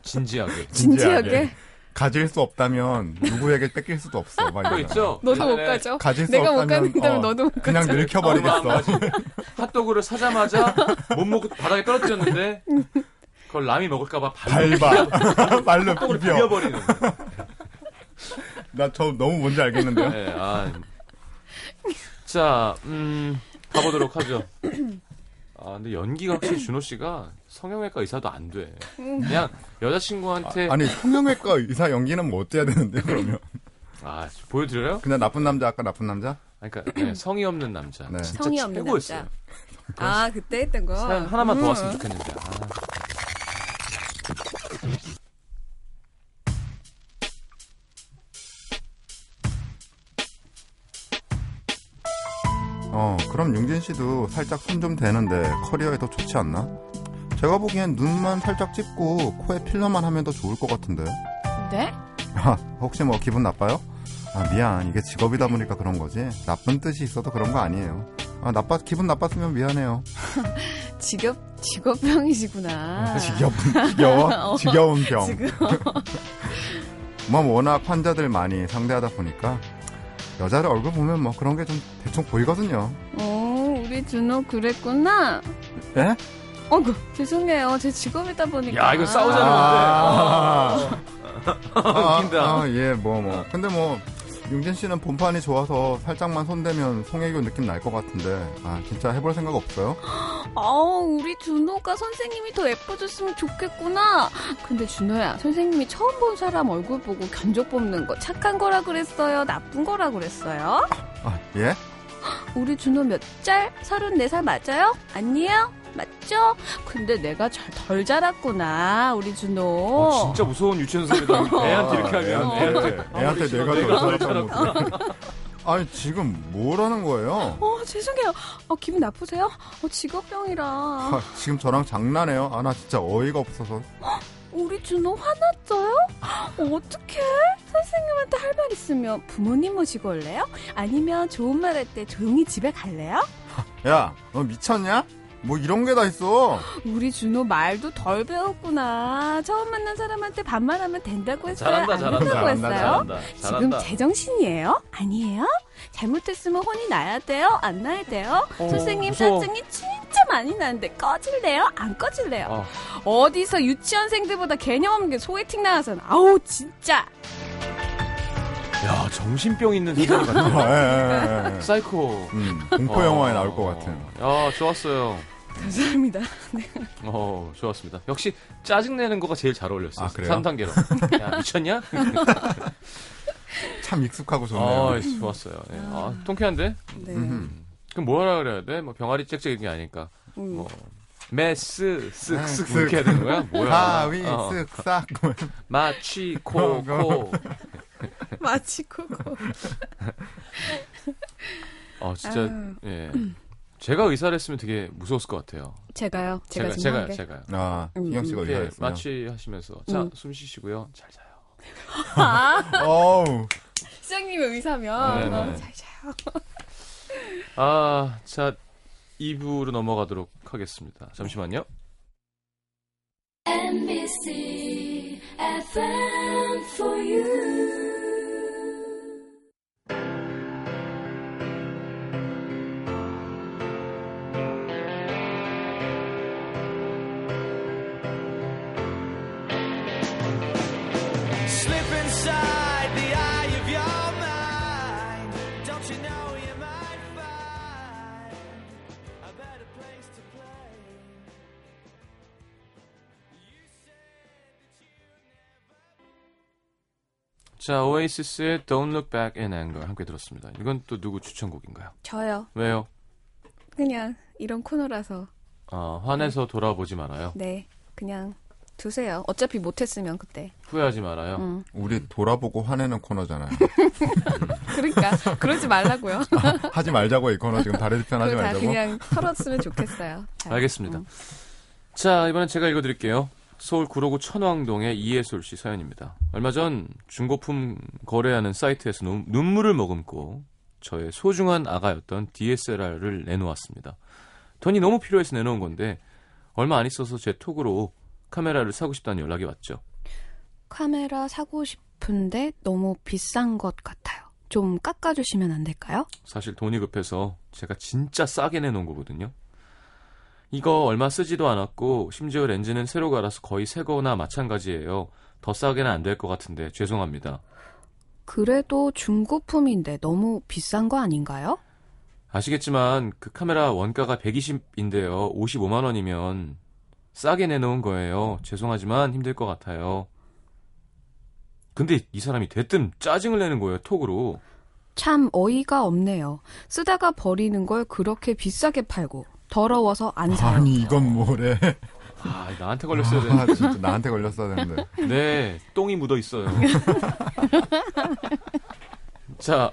S1: 진지하게.
S4: 진지하게
S3: 가질 수 없다면 누구에게 뺏길 수도 없어. 막
S1: 그거
S3: 이러잖아.
S1: 뭐 있죠?
S4: 너도 못
S1: 예전에
S4: 가죠.
S3: 가질 수
S4: 내가 못
S3: 없다면
S4: 가는다면
S3: 어,
S4: 너도 못
S3: 그냥
S4: 가죠.
S1: 얼마 안
S3: 늙혀버리겠어.
S1: 핫도그를 사자마자 못 먹고 바닥에 떨어뜨렸는데 그걸 남이 먹을까봐 발로
S3: 밟아. 말로
S1: 핫도그를
S3: 비벼.
S1: 비벼버리는.
S3: 나 저 너무 뭔지 알겠는데요?
S1: 네, 아. 자, 음, 가보도록 하죠. 아, 근데 연기가 확실히 준호 씨가 성형외과 의사도 안 돼.
S4: 음.
S1: 그냥 여자친구한테 아,
S3: 아니, 성형외과 의사 연기는 뭐 어때야 되는데, 그러면?
S1: 아, 보여드려요?
S3: 그냥 나쁜 남자, 아까 나쁜 남자?
S1: 아, 그러니까 네, 성이 없는 남자.
S3: 네.
S1: 진짜
S4: 음. 성의 없는
S1: 최고였어요.
S4: 남자. 아 그때 했던 거
S1: 사연 하나만
S4: 음.
S1: 더 왔으면 좋겠는데. 아.
S3: 어, 그럼 용진 씨도 살짝 손 좀 대는데 커리어에 더 좋지 않나? 제가 보기엔 눈만 살짝 찝고 코에 필러만 하면 더 좋을 것 같은데.
S4: 네?
S3: 아, 혹시 뭐 기분 나빠요? 아, 미안. 이게 직업이다 보니까 그런 거지. 나쁜 뜻이 있어도 그런 거 아니에요. 아, 나빠, 기분 나빴으면 미안해요.
S4: 직업 직업병이시구나.
S3: 지겨운, 지겨워? 지겨운 병.
S4: 아. 어. 지금
S3: 뭐 워낙 환자들 많이 상대하다 보니까 여자를 얼굴 보면 뭐 그런 게 좀 대충 보이거든요.
S4: 어 우리 준호 그랬구나.
S3: 예?
S4: 어그 죄송해요 제 네? 직업이다 보니까.
S1: 야, 이거 싸우잖아.
S3: 아,
S1: 웃긴다.
S3: 아, 예, 뭐, 뭐. 근데 뭐, 융진 씨는 본판이 좋아서 살짝만 손대면 송혜교 느낌 날 것 같은데, 아, 진짜 해볼 생각 없어요?
S4: 어 우리 준호가 선생님이 더 예뻐졌으면 좋겠구나. 근데 준호야 선생님이 처음 본 사람 얼굴 보고 견적 뽑는 거 착한 거라 그랬어요 나쁜 거라 그랬어요?
S3: 아, 예?
S4: 우리 준호 몇 짤? 34살 맞아요? 아니에요? 맞죠? 근데 내가 잘 덜 자랐구나 우리 준호.
S1: 어, 진짜 무서운 유치원 선생님이다. 애한테 이렇게 하면
S4: 어. 애한테.
S1: 애한테.
S3: 어.
S1: 어,
S3: 애한테 내가
S1: 내가
S3: 더 잘했다고. 아니, 지금 뭐라는 거예요?
S4: 어 죄송해요. 어 기분 나쁘세요? 어 직업병이라.
S3: 아, 지금 저랑 장난해요? 아, 나 진짜 어이가 없어서.
S4: 우리 준호 화났어요? 어떡해? 선생님한테 할 말 있으면 부모님 모시고 올래요? 아니면 좋은 말 할 때 조용히 집에 갈래요?
S3: 야, 너 미쳤냐? 뭐 이런 게 다 있어.
S4: 우리 준호 말도 덜 배웠구나. 처음 만난 사람한테 반말하면 된다고 했어요?
S1: 잘한다,
S4: 안
S1: 잘한다.
S4: 된다고
S3: 잘한다,
S4: 했어요?
S1: 잘한다.
S4: 지금 제정신이에요? 아니에요? 잘못했으면 혼이 나야 돼요? 안 나야 돼요?
S1: 어,
S4: 선생님
S1: 무서워.
S4: 짜증이 진짜 많이 나는데 꺼질래요? 안 꺼질래요?
S1: 아.
S4: 어디서 유치원생들보다 개념 없는 게 소개팅 나와선 아우 진짜
S1: 야, 정신병 있는 선생님 같아.
S3: 아, 예, 예, 예.
S1: 사이코.
S3: 음, 공포
S1: 어.
S3: 영화에 나올 것 같은.
S1: 야, 좋았어요.
S4: 감사합니다.
S1: 어, 좋았습니다. 역시 짜증내는 거가 제일 잘 어울렸어요.
S3: 아, 그래요?
S1: 3단계로. 야, 미쳤냐?
S3: 참 익숙하고 좋네요.
S1: 아, 좋았어요. 예. 아, 통쾌한데?
S4: 네.
S3: 음.
S1: 그럼 뭐라 그래야 돼? 뭐 병아리 짹짹인 게 아니까.
S4: 음.
S1: 뭐 메스
S3: 아,
S1: 쓱쓱
S3: 쓱. 아,
S1: 이렇게 해야 되는 거야? 뭐야?
S3: 가위,
S1: 어.
S3: 쓱, 싹.
S1: 마취 코코.
S4: 마치 코코.
S1: 어, 진짜
S4: 아유.
S1: 예. 제가 의사를 했으면 되게 무서웠을 것 같아요.
S4: 제가요. 제가 지금 한
S1: 제가
S4: 게.
S1: 제가요.
S3: 아, 희경 씨가
S1: 예,
S3: 의사였어요.
S1: 마취하시면서 자,
S4: 음.
S1: 숨 쉬시고요. 잘 자요.
S4: 아,
S3: 어우,
S4: 시장님의 의사면
S1: 네네.
S4: 어, 잘 자요.
S1: 아, 자 2부로 넘어가도록 하겠습니다. 잠시만요.
S5: NBC FM for you.
S2: Slip inside the eye of your mind. Don't you know you might find
S1: 자, 오에이시스의 Don't Look Back in Anger 함께 들었습니다. 이건 또 누구 추천곡인가요?
S4: 저요.
S1: 왜요?
S4: 그냥 이런 코너라서
S1: 아, 화내서 돌아보지 말아요.
S4: 네 그냥 두세요. 어차피 못했으면 그때.
S1: 후회하지 말아요.
S4: 음.
S3: 우리 돌아보고 화내는 코너잖아요.
S4: 그러니까 그러지 말라고요.
S3: 하지 말자고 이 코너 지금 다른 편 하지
S4: 그거 다
S3: 말자고.
S4: 그냥 털었으면 좋겠어요. 자,
S1: 알겠습니다.
S4: 음.
S1: 자, 이번엔 제가 읽어드릴게요. 서울 구로구 천왕동의 이예솔 씨 사연입니다. 얼마 전 중고품 거래하는 사이트에서 눈, 눈물을 머금고 저의 소중한 아가였던 DSLR을 내놓았습니다. 돈이 너무 필요해서 내놓은 건데 얼마 안 있어서 제 톡으로 카메라를 사고 싶다는 연락이 왔죠.
S4: 카메라 사고 싶은데 너무 비싼 것 같아요. 좀 깎아주시면 안 될까요?
S1: 사실 돈이 급해서 제가 진짜 싸게 내놓은 거거든요. 이거 얼마 쓰지도 않았고 심지어 렌즈는 새로 갈아서 거의 새거나 마찬가지예요. 더 싸게는 안 될 것 같은데 죄송합니다.
S4: 그래도 중고품인데 너무 비싼 거 아닌가요?
S1: 아시겠지만 그 카메라 원가가 120인데요. 55만 원이면 싸게 내놓은 거예요. 죄송하지만 힘들 것 같아요. 근데 이 사람이 대뜸 짜증을 내는 거예요. 톡으로.
S4: 참 어이가 없네요. 쓰다가 버리는 걸 그렇게 비싸게 팔고 더러워서 안 사요.
S3: 아니 이건 뭐래.
S1: 아, 나한테 걸렸어야 되는데.
S3: 아, 진짜 나한테 걸렸어야 되는데.
S1: 네, 똥이 묻어 있어요. 자,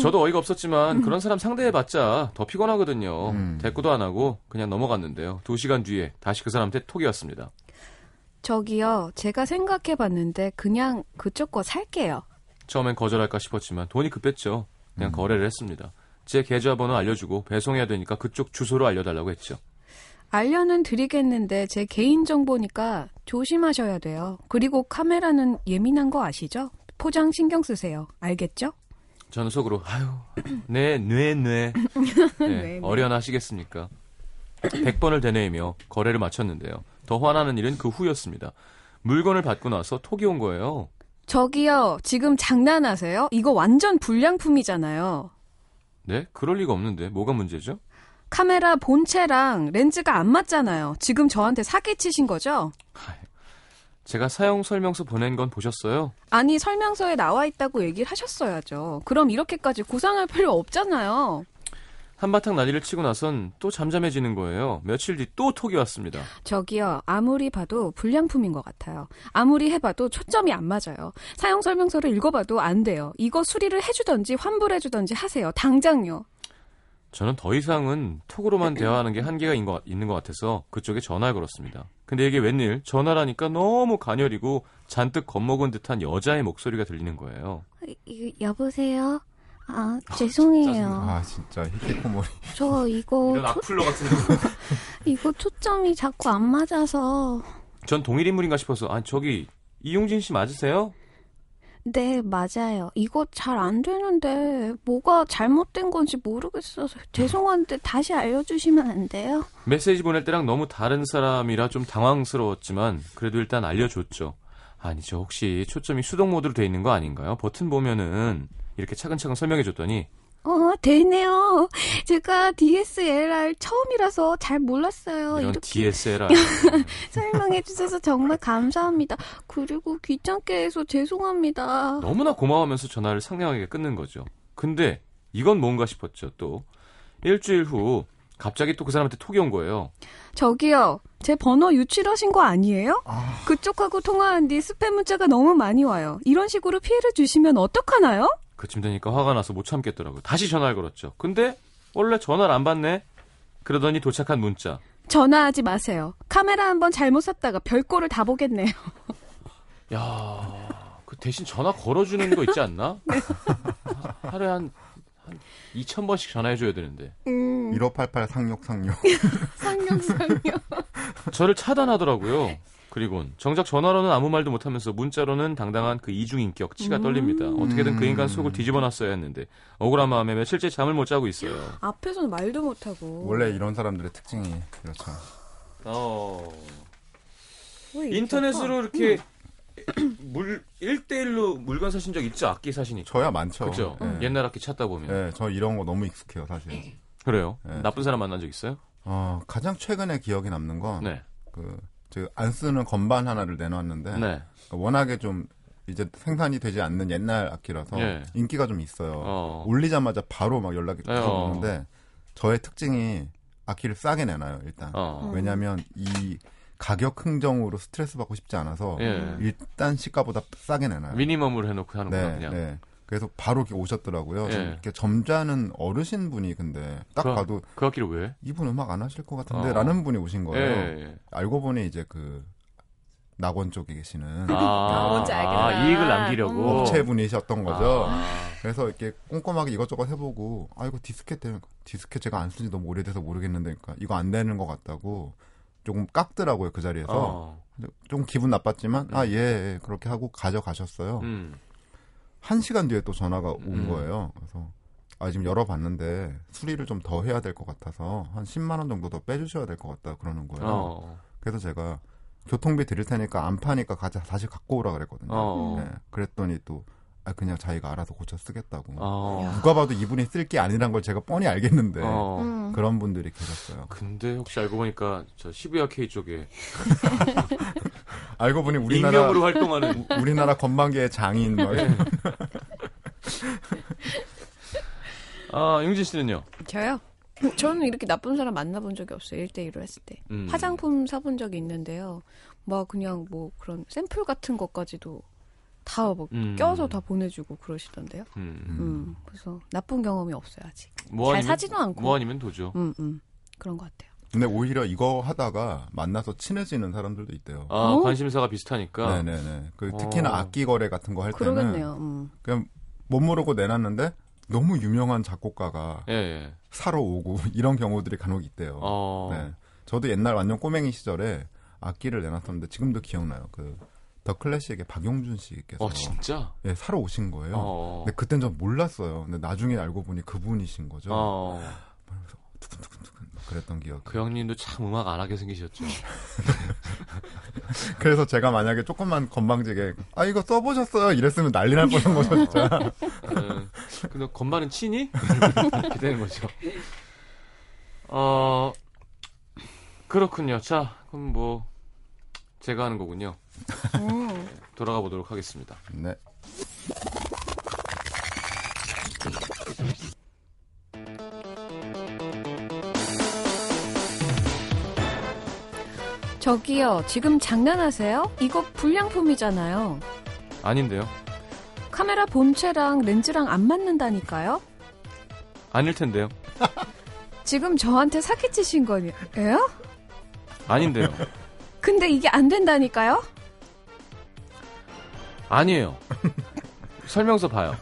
S1: 저도 어이가 없었지만 그런 사람 상대해봤자 더 피곤하거든요.
S3: 음.
S1: 대꾸도 안 하고 그냥 넘어갔는데요. 두 시간 뒤에 다시 그 사람한테 톡이 왔습니다.
S4: 저기요, 제가 생각해 봤는데 그냥 그쪽 거 살게요.
S1: 처음엔 거절할까 싶었지만 돈이 급했죠. 그냥
S3: 음.
S1: 거래를 했습니다. 제 계좌번호 알려주고 배송해야 되니까 그쪽 주소로 알려달라고 했죠.
S4: 알려는 드리겠는데 제 개인 정보니까 조심하셔야 돼요. 그리고 카메라는 예민한 거 아시죠? 포장 신경 쓰세요. 알겠죠?
S1: 저는 속으로 아유 네 뇌 뇌
S4: 뇌.
S1: 어련하시겠습니까 100번을 되뇌이며 거래를 마쳤는데요 더 화나는 일은 그 후였습니다 물건을 받고 나서 톡이 온 거예요
S4: 저기요, 지금 장난하세요? 이거 완전 불량품이잖아요.
S1: 네 그럴 리가 없는데 뭐가 문제죠
S4: 카메라 본체랑 렌즈가 안 맞잖아요. 지금 저한테 사기치신 거죠?
S1: 하이, 제가 사용 설명서 보낸 건 보셨어요
S4: 아니, 설명서에 나와 있다고 얘기를 하셨어야죠. 그럼 이렇게까지 고상할 필요 없잖아요.
S1: 한바탕 난리를 치고 나선 또 잠잠해지는 거예요 며칠 뒤 또 톡이 왔습니다
S4: 저기요, 아무리 봐도 불량품인 것 같아요. 아무리 해봐도 초점이 안 맞아요. 사용 설명서를 읽어봐도 안 돼요. 이거 수리를 해주던지 환불해주던지 하세요. 당장요.
S1: 저는 더 이상은 톡으로만 대화하는 게 한계가 인 거- 있는 것 같아서 그쪽에 전화를 걸었습니다. 근데 이게 웬일 전화라니까 너무 가녀리고 잔뜩 겁먹은 듯한 여자의 목소리가 들리는 거예요.
S6: 여보세요? 아,
S1: 짜증나.
S6: 죄송해요.
S3: 아 진짜 히키코모리.
S6: 저 이거, 초,
S1: 악플러 같은 거.
S6: 이거 초점이 자꾸 안 맞아서.
S1: 전 동일인물인가 싶어서 아 저기 이용진 씨 맞으세요?
S6: 네, 맞아요. 이거 잘 안 되는데, 뭐가 잘못된 건지 모르겠어서. 죄송한데, 다시 알려주시면 안 돼요?
S1: 메시지 보낼 때랑 너무 다른 사람이라 좀 당황스러웠지만 그래도 일단 알려줬죠. 아니 저 혹시 초점이 수동 모드로 돼 있는 거 아닌가요? 버튼 보면은 이렇게 차근차근 설명해줬더니
S6: 어, 되네요. 제가 DSLR 처음이라서 잘 몰랐어요.
S1: 이런
S6: 이렇게
S1: DSLR
S6: 설명해주셔서 정말 감사합니다. 그리고 귀찮게 해서
S4: 아.
S6: 죄송합니다.
S1: 너무나 고마워하면서 전화를 상냥하게 끊는 거죠. 근데 이건 뭔가 싶었죠. 또 일주일 후 갑자기 또 그 사람한테 톡이 온 거예요.
S4: 저기요, 제 번호 유출하신 거 아니에요?
S3: 아.
S4: 그쪽하고 통화한 뒤 스팸 문자가 너무 많이 와요. 이런 식으로 피해를 주시면 어떡하나요?
S1: 그쯤 되니까 화가 나서 못 참겠더라고요. 다시 전화를 걸었죠. 근데 원래 전화를 안 받네. 그러더니 도착한 문자.
S4: 전화하지 마세요. 카메라 한번 잘못 샀다가 별꼴을 다 보겠네요.
S1: 야, 그 대신 전화 걸어주는 거 있지 않나? 하- 하루에 한, 한 2천 번씩 전화해줘야 되는데.
S4: 음.
S3: 1588 상륙 상륙.
S4: 상영상요.
S1: 저를 차단하더라고요. 그리곤 정작 전화로는 아무 말도 못하면서 문자로는 당당한 그 이중인격 치가
S3: 음.
S1: 떨립니다. 어떻게든 그 인간 속을 뒤집어놨어야 했는데 억울한 마음에 며칠째 잠을 못 자고 있어요.
S4: 앞에서는 말도 못하고.
S3: 원래 이런 사람들의 특징이 그렇죠.
S1: 어...
S4: 왜 이렇게
S1: 인터넷으로 이렇게 물 1대1로 물건 사신 적 있죠? 악기 사시니까.
S3: 저야 많죠.
S1: 그죠?
S3: 예.
S1: 음, 옛날 악기 찾다 보면.
S3: 예, 저 이런 거 너무 익숙해요, 사실.
S1: 그래요.
S3: 예.
S1: 나쁜 사람 만난 적 있어요?
S3: 어, 가장 최근에 기억에 남는 건
S1: 네.
S3: 그, 제가 안 쓰는 건반 하나를 내놨는데
S1: 네.
S3: 워낙에 좀 이제 생산이 되지 않는 옛날 악기라서
S1: 예.
S3: 인기가 좀 있어요.
S1: 어.
S3: 올리자마자 바로 막 연락이
S1: 네, 어.
S3: 오는데 저의 특징이 악기를 싸게 내놔요 일단.
S1: 어.
S3: 왜냐하면 이 가격 흥정으로 스트레스 받고 싶지 않아서
S1: 예.
S3: 일단 시가보다 싸게 내놔요.
S1: 미니멈으로 해놓고 하는구나
S3: 네,
S1: 그냥.
S3: 네. 그래서 바로 이렇게 오셨더라고요. 좀
S1: 예.
S3: 이렇게 점잖은 어르신 분이 근데 딱
S1: 그럼-
S3: 봐도
S1: 그 악기를 왜?
S3: 이분 음악 안 하실 것 같은데
S1: 어.
S3: 라는 분이 오신 거예요.
S1: 예.
S3: 알고 보니 이제 그 낙원 쪽에 계시는
S1: 아,
S4: 뭔지 알겠다.
S1: 아, 이익을 남기려고.
S3: 업체 분이셨던 거죠.
S1: 아,
S3: 그래서 이렇게 꼼꼼하게 이것저것 해보고 아 이거 디스켓 때문에 디스켓 제가 안 쓴지 너무 오래돼서 모르겠는데 그러니까 이거 안 되는 것 같다고 조금 깎더라고요 그 자리에서
S1: 어.
S3: 좀 기분 나빴지만
S1: 음.
S3: 아 예 그렇게 하고 가져가셨어요.
S1: 음.
S3: 한 시간 뒤에 또 전화가 온
S1: 음.
S3: 거예요. 그래서 아 지금 열어봤는데 수리를 좀 더 해야 될 것 같아서 한 10만 원 정도 더 빼주셔야 될 것 같다 그러는 거예요.
S1: 어.
S3: 그래서 제가 교통비 드릴 테니까 안 파니까 가자 다시 갖고 오라 그랬거든요.
S1: 어.
S3: 네. 그랬더니 또 아, 그냥 자기가 알아서 고쳐 쓰겠다고.
S1: 어.
S3: 누가 봐도 이분이 쓸 게 아니란 걸 제가 뻔히 알겠는데
S4: 아.
S1: 어.
S6: 음.
S3: 그런 분들이 계셨어요.
S1: 근데 혹시 알고 보니까 저 시부야 K 쪽에
S3: 알고 보니 우리나라
S1: 익명으로 활동하는
S3: 우- 우리나라 건방계의 장인 막
S1: 아, 용진 씨는요?
S4: 저요? 저는 이렇게 나쁜 사람 만나본 적이 없어요. 1대1로 했을 때.
S1: 음.
S4: 화장품 사본 적이 있는데요. 막 그냥 뭐 그런 샘플 같은 것까지도 다막
S1: 음.
S4: 껴서 다 보내주고 그러시던데요.
S1: 음.
S4: 음, 그래서 나쁜 경험이 없어요, 아직.
S1: 뭐
S4: 잘
S1: 아니면
S4: 사지도 않고.
S1: 뭐 아니면 도죠.
S4: 음, 음. 그런 것 같아요.
S3: 근데 오히려 이거 하다가 만나서 친해지는 사람들도 있대요.
S1: 아,
S4: 오.
S1: 관심사가 비슷하니까.
S3: 네네네. 그 특히나
S1: 어.
S3: 악기 거래 같은 거 할 때는
S4: 그러겠네요. 음.
S3: 그냥 못 모르고 내놨는데 너무 유명한 작곡가가
S1: 예, 예.
S3: 사러 오고 이런 경우들이 간혹 있대요.
S1: 어.
S3: 네. 저도 옛날 완전 꼬맹이 시절에 악기를 내놨었는데 지금도 기억나요. 그 더 클래식의 박용준 씨께서
S1: 어, 진짜?
S3: 예, 사러 오신 거예요.
S1: 어.
S3: 근데 그땐 전 몰랐어요. 근데 나중에 알고 보니 그분이신 거죠.
S1: 어.
S3: 두근두근두근 막 그랬던 기억.
S1: 그 형님도 참 음악 안 하게 생기셨죠.
S3: 그래서 제가 만약에 조금만 건방지게 아 이거 써보셨어요 이랬으면 난리 날 뻔한 거죠.
S1: 예. 근데 건반은 치니? 이렇게 되는 거죠. 어, 그렇군요. 자, 그럼 뭐, 제가 하는 거군요.
S4: 음.
S1: 돌아가 보도록 하겠습니다.
S3: 네.
S4: 저기요, 지금 장난하세요? 이거 불량품이잖아요.
S1: 아닌데요.
S4: 카메라 본체랑 렌즈랑 안 맞는다니까요?
S1: 아닐 텐데요.
S4: 지금 저한테 사기치신 거예요?
S1: 아닌데요.
S4: 근데 이게 안 된다니까요?
S1: 아니에요. 설명서 봐요.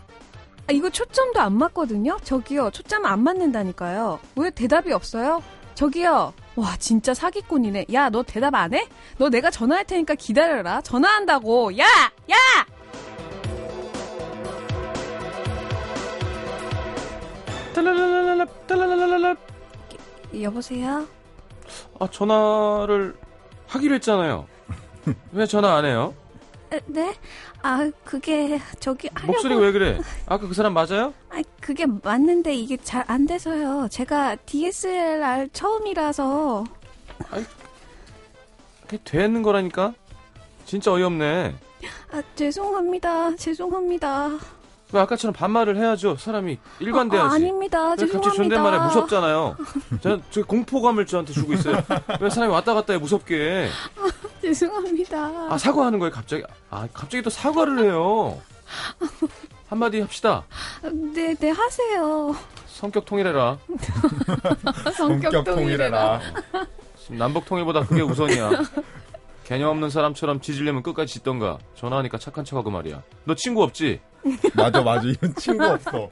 S4: 아, 이거 초점도 안 맞거든요? 저기요, 초점 안 맞는다니까요. 왜 대답이 없어요? 저기요, 와, 진짜 사기꾼이네. 야, 너 대답 안 해? 너 내가 전화할 테니까 기다려라. 전화한다고. 야! 야!
S1: 딸라라라라, 딸라라라라.
S6: 여보세요?
S1: 아, 전화를 하기로 했잖아요. 왜 전화 안 해요?
S6: 에, 네? 아 그게 저기 하려고
S1: 목소리가 왜 그래? 아까 그 사람 맞아요?
S6: 아 그게 맞는데 이게 잘 안 돼서요. 제가 DSLR 처음이라서
S1: 그게 되는 거라니까? 진짜 어이없네.
S6: 아 죄송합니다. 죄송합니다.
S1: 왜 아까처럼 반말을 해야죠? 사람이 일관돼야지.
S6: 아, 아닙니다.
S1: 왜
S6: 죄송합니다.
S1: 갑자기 존댓말에 무섭잖아요. 저는 저 공포감을 저한테 주고 있어요. 왜 사람이 왔다 갔다 해 무섭게.
S6: 죄송합니다.
S1: 아 사과하는 거예요 갑자기. 아 갑자기 또 사과를 해요. 한마디 합시다.
S6: 네, 네 하세요.
S1: 성격 통일해라.
S3: 본격 통일해라.
S1: 지금 남북 통일보다 그게 우선이야. 개념 없는 사람처럼 지지려면 끝까지 짓던가. 전화하니까 착한 척하고 말이야. 너 친구 없지?
S3: 맞아 맞아 이런 친구 없어.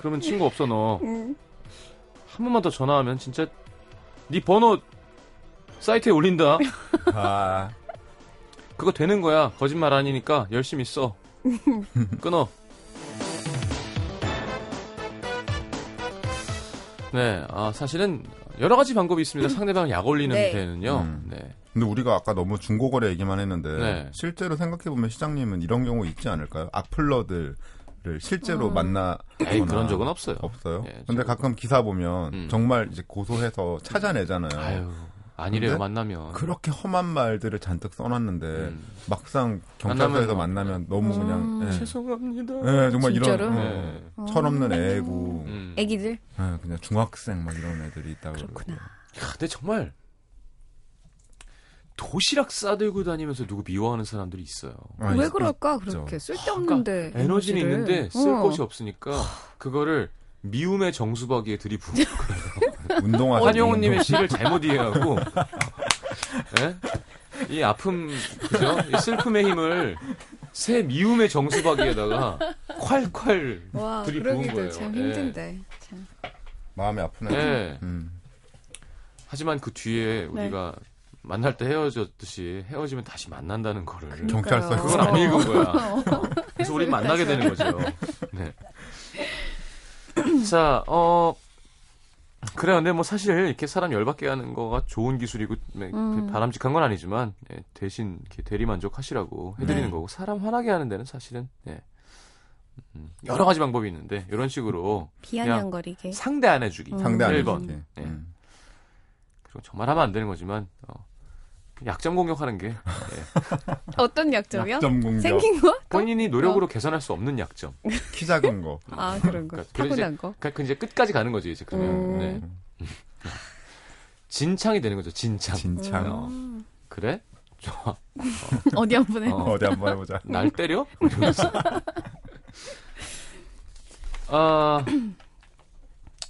S1: 그러면 친구 없어 너.
S6: 음.
S1: 한 번만 더 전화하면 진짜 네 번호 사이트에 올린다.
S3: 아
S1: 그거 되는 거야. 거짓말 아니니까 열심히 써. 끊어. 네, 아, 사실은 여러 가지 방법이 있습니다. 상대방을 약 올리는
S4: 네.
S1: 데는요.
S3: 음.
S1: 네.
S3: 근데 우리가 아까 너무 중고거래 얘기만 했는데
S1: 네.
S3: 실제로 생각해 보면 시장님은 이런 경우 있지 않을까요? 악플러들을 실제로 만나
S1: 음. 에이, 그런 적은 없어요.
S3: 없어요.
S1: 예,
S3: 근데
S1: 저도-
S3: 가끔 기사 보면
S1: 음.
S3: 정말 이제 고소해서 찾아내잖아요.
S1: 아유, 아니래요
S3: 근데
S1: 만나면.
S3: 그렇게 험한 말들을 잔뜩 써놨는데
S1: 음.
S3: 막상 경찰서에서
S1: 만나면-
S3: 만나면 너무 그냥 예.
S1: 죄송합니다.
S3: 예, 정말
S4: 진짜로?
S3: 이런
S1: 네.
S3: 어, 철없는 애고
S1: 음.
S4: 애기들
S3: 예, 그냥 중학생 막 이런 애들이 있다고
S4: 그렇구나.
S1: 야, 근데 정말 도시락 싸들고 다니면서 누구 미워하는 사람들이 있어요.
S3: 아,
S4: 왜
S3: 있-
S4: 그럴까 그렇게 쓸데없는데
S1: 그러니까 네, 에너지는
S4: 에너지를.
S1: 있는데 쓸
S4: 어.
S1: 곳이 없으니까 그거를 미움의 정수박이에 들이부은 거예요.
S3: 운동화
S1: 어, 한영호님의 시를 잘못 이해하고 예? 이 아픔, 그죠? 이 슬픔의 힘을 새 미움의 정수박이에다가 콸콸
S4: 와
S1: 들이 부은
S4: 그러기도
S1: 거예요.
S4: 참
S1: 예.
S4: 힘든데 참.
S3: 마음이 아프네.
S1: 예.
S3: 음.
S1: 하지만 그 뒤에 우리가 만날 때 헤어졌듯이 헤어지면 다시 만난다는 거를
S3: 경찰서
S4: 그러니까요.
S1: 그건 안 읽은 거야. 그래서 우리 만나게 되는 거죠. 네. 자, 어. 그래, 근데 뭐 사실 이렇게 사람 열받게 하는 거가 좋은 기술이고 네,
S6: 음.
S1: 바람직한 건 아니지만 예, 대신 이렇게 대리만족하시라고 해드리는
S4: 네.
S1: 거고 사람 화나게 하는 데는 사실은 예. 음, 여러 가지 방법이 있는데 이런 식으로
S4: 네.
S6: 비아냥거리게.
S1: 상대 안 해주기
S3: 음. 상대 안
S1: 1번
S3: 해주지.
S1: 예.
S3: 음.
S1: 그리고 정말 하면 안 되는 거지만 어, 약점 공격하는 게
S4: 어떤 약점이요?
S3: 약점 공격.
S4: 생긴 거?
S1: 본인이 노력으로 개선할 수 없는 약점.
S3: 키 작은 거.
S4: 아 그런 거
S1: 그러니까 그래서
S4: 타고난 거.
S1: 그러니까 이제 끝까지 가는 거죠 이제 그러면
S4: 음.
S1: 네. 진창이 되는 거죠 진창.
S3: 진창.
S1: 어. 그래? 좋아.
S4: 어디 한번 해.
S1: 어.
S3: 어. 디 한번 해보자.
S1: 날 때려? 뭐 이러면서. 아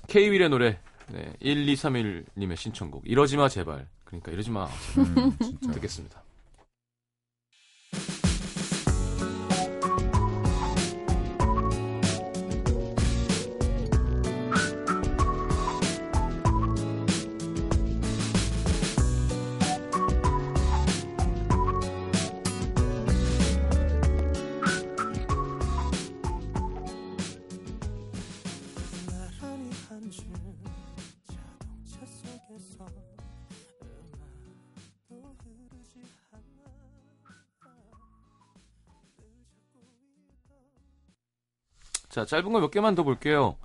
S1: K-윌의 노래 네, 1231님의 신청곡 이러지마 제발. 그러니까 이러지마
S3: 음, 진짜.
S1: 듣겠습니다.
S2: 나란히 앉은 자동차 속에서 음악도 흐르지 않아
S1: 자, 짧은 거 몇 개만 더 볼게요.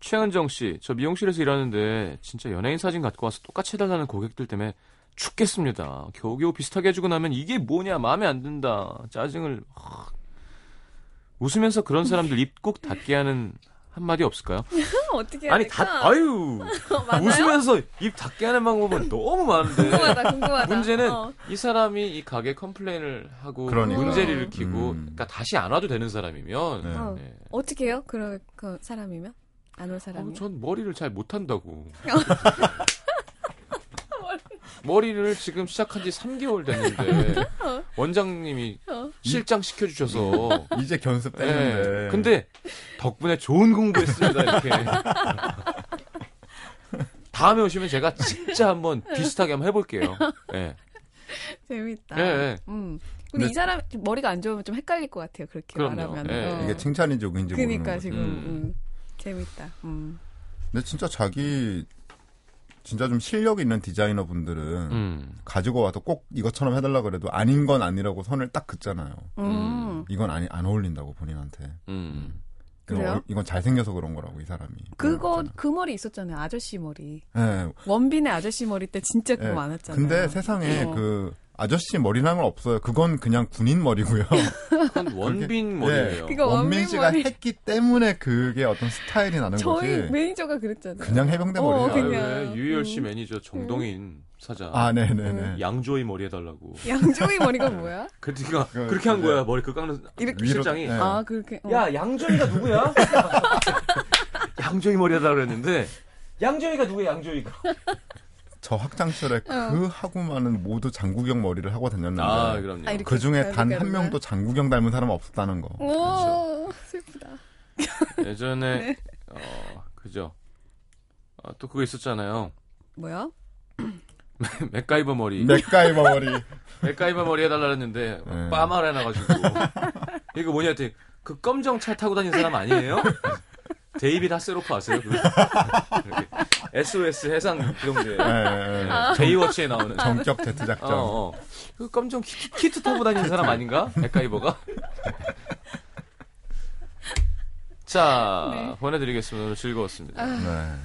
S1: 최은정 씨, 저 미용실에서 일하는데 진짜 연예인 사진 갖고 와서 똑같이 해달라는 고객들 때문에 죽겠습니다. 겨우겨우 비슷하게 해주고 나면 이게 뭐냐, 마음에 안 든다. 짜증을. 하. 웃으면서 그런 사람들 입 꼭 닫게 하는 한마디 없을까요?
S4: 어떻게 어,
S1: 아니,
S4: 그러니까
S1: 닫, 아유! 웃으면서 입 닫게 하는 방법은 너무 많은데.
S4: 궁금하다 궁금하다. 어.
S1: 문제는 이 사람이 이 가게 컴플레인을 하고
S3: 그러니까요.
S1: 문제를 일으키고,
S3: 음.
S1: 그러니까 다시 안 와도 되는 사람이면,
S3: 네.
S4: 어.
S1: 네.
S4: 어떻게 해요? 그런 그 사람이면 안 올
S1: 어,
S4: 사람이.
S1: 전 머리를 잘 못한다고. 머리를 지금 시작한 지 3개월 됐는데 원장님이
S4: 어.
S1: 실장 시켜주셔서
S3: 네. 이제 견습
S1: 예.
S3: 되는데.
S1: 근데 덕분에 좋은 공부했습니다 이렇게 다음에 오시면 제가 진짜 한번 비슷하게 한번 해볼게요 예
S4: 재밌다.
S1: 예, 예.
S4: 음. 근데,
S3: 근데-
S4: 이 사람 머리가 안 좋으면 좀 헷갈릴 것 같아요. 그렇게
S1: 그럼요.
S4: 말하면.
S1: 예.
S4: 어.
S3: 이게 칭찬인지 욕인지 모르는
S4: 그러니까
S3: 거.
S4: 지금
S1: 음.
S4: 음. 재밌다. 음.
S3: 근데 진짜 자기 진짜 좀 실력 있는 디자이너 분들은
S1: 음.
S3: 가지고 와서 꼭 이것처럼 해달라 그래도 아닌 건 아니라고 선을 딱 긋잖아요.
S4: 음.
S3: 이건 아니 안 어울린다고 본인한테.
S1: 음.
S3: 이건,
S4: 그래요?
S3: 어울- 이건 잘생겨서 그런 거라고 이 사람이.
S4: 그거
S3: 그런
S4: 그 머리 있었잖아요. 아저씨 머리.
S3: 거잖아요. 예.
S4: 원빈의 아저씨 머리 때 진짜 그거
S3: 예.
S4: 많았잖아요.
S3: 근데 세상에
S4: 어.
S3: 그 아저씨 머리랑은 없어요. 그건 그냥 군인 머리고요.
S1: 그건 원빈 머리예요
S4: 네. 그거
S3: 원민
S4: 원빈
S3: 씨가
S4: 머리.
S3: 했기 때문에 그게 어떤 스타일이 나는
S4: 저희
S3: 거지.
S4: 매니저가 그랬잖아요.
S3: 그냥 해병대
S4: 어,
S1: 아, 왜
S3: 머리예요.
S4: 그냥.
S1: 유희열 씨
S4: 음.
S1: 매니저 정동인 사장
S3: 아, 네네네.
S1: 양조희 머리 해달라고
S4: 양조이 머리가 뭐야?
S1: 그러니까
S3: 그,
S1: 그렇게 한
S3: 이제-
S1: 거야 머리 그 깎는
S4: 이렇게
S3: 위로-
S1: 실장이
S3: 예.
S4: 아 그렇게. 어.
S1: 야 양조이가 누구야? 네. 양조이 머리하다 그랬는데 양조이가 누구야 양조이가?
S3: 저 학창시절에
S4: 어.
S3: 그 하고만은 모두 장구경 머리를 하고 다녔는데
S1: 아
S3: 그
S1: 그럼요.
S4: 아, 이렇게
S3: 중에 단 한
S4: 다르다는 거야? 어.
S3: 명도 장구경 닮은 사람 없었다는 거.
S4: 오
S3: 그렇죠.
S4: 슬프다.
S1: 예전에 어 그죠. 아, 또 그거 있었잖아요.
S4: 뭐야?
S1: 맥가이버 머리.
S3: 맥가이버 머리.
S1: 맥가이버 머리 해달라 그랬는데
S3: 네.
S1: 빠마를 해놔가지고 이거 뭐냐 했더니 그 검정 차 타고 다니는 사람 아니에요? 데이빗 하세로프 아세요? 그 이렇게 SOS 해상 기동대
S3: 예, 예, 예.
S4: 아.
S1: 데이워치에 나오는
S3: 정격 제트 작전.
S1: 어, 어. 그 검정 키, 키, 트 타고 다니는 사람 아닌가? 백가이버가? 자, 보내드리겠습니다. 오늘 즐거웠습니다.
S3: 네.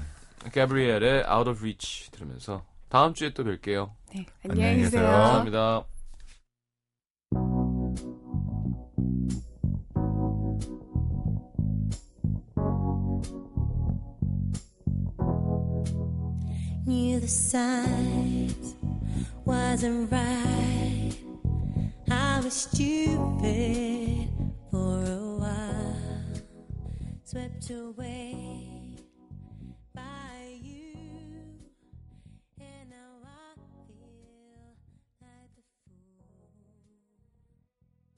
S1: 가브리엘의 Out of Reach 들으면서 다음 주에 또 뵐게요.
S4: 네,
S3: 안녕히
S4: 안녕히
S3: 계세요.
S4: 계세요.
S1: 감사합니다.
S7: knew the signs wasn't right. I was stupid for a while, swept away.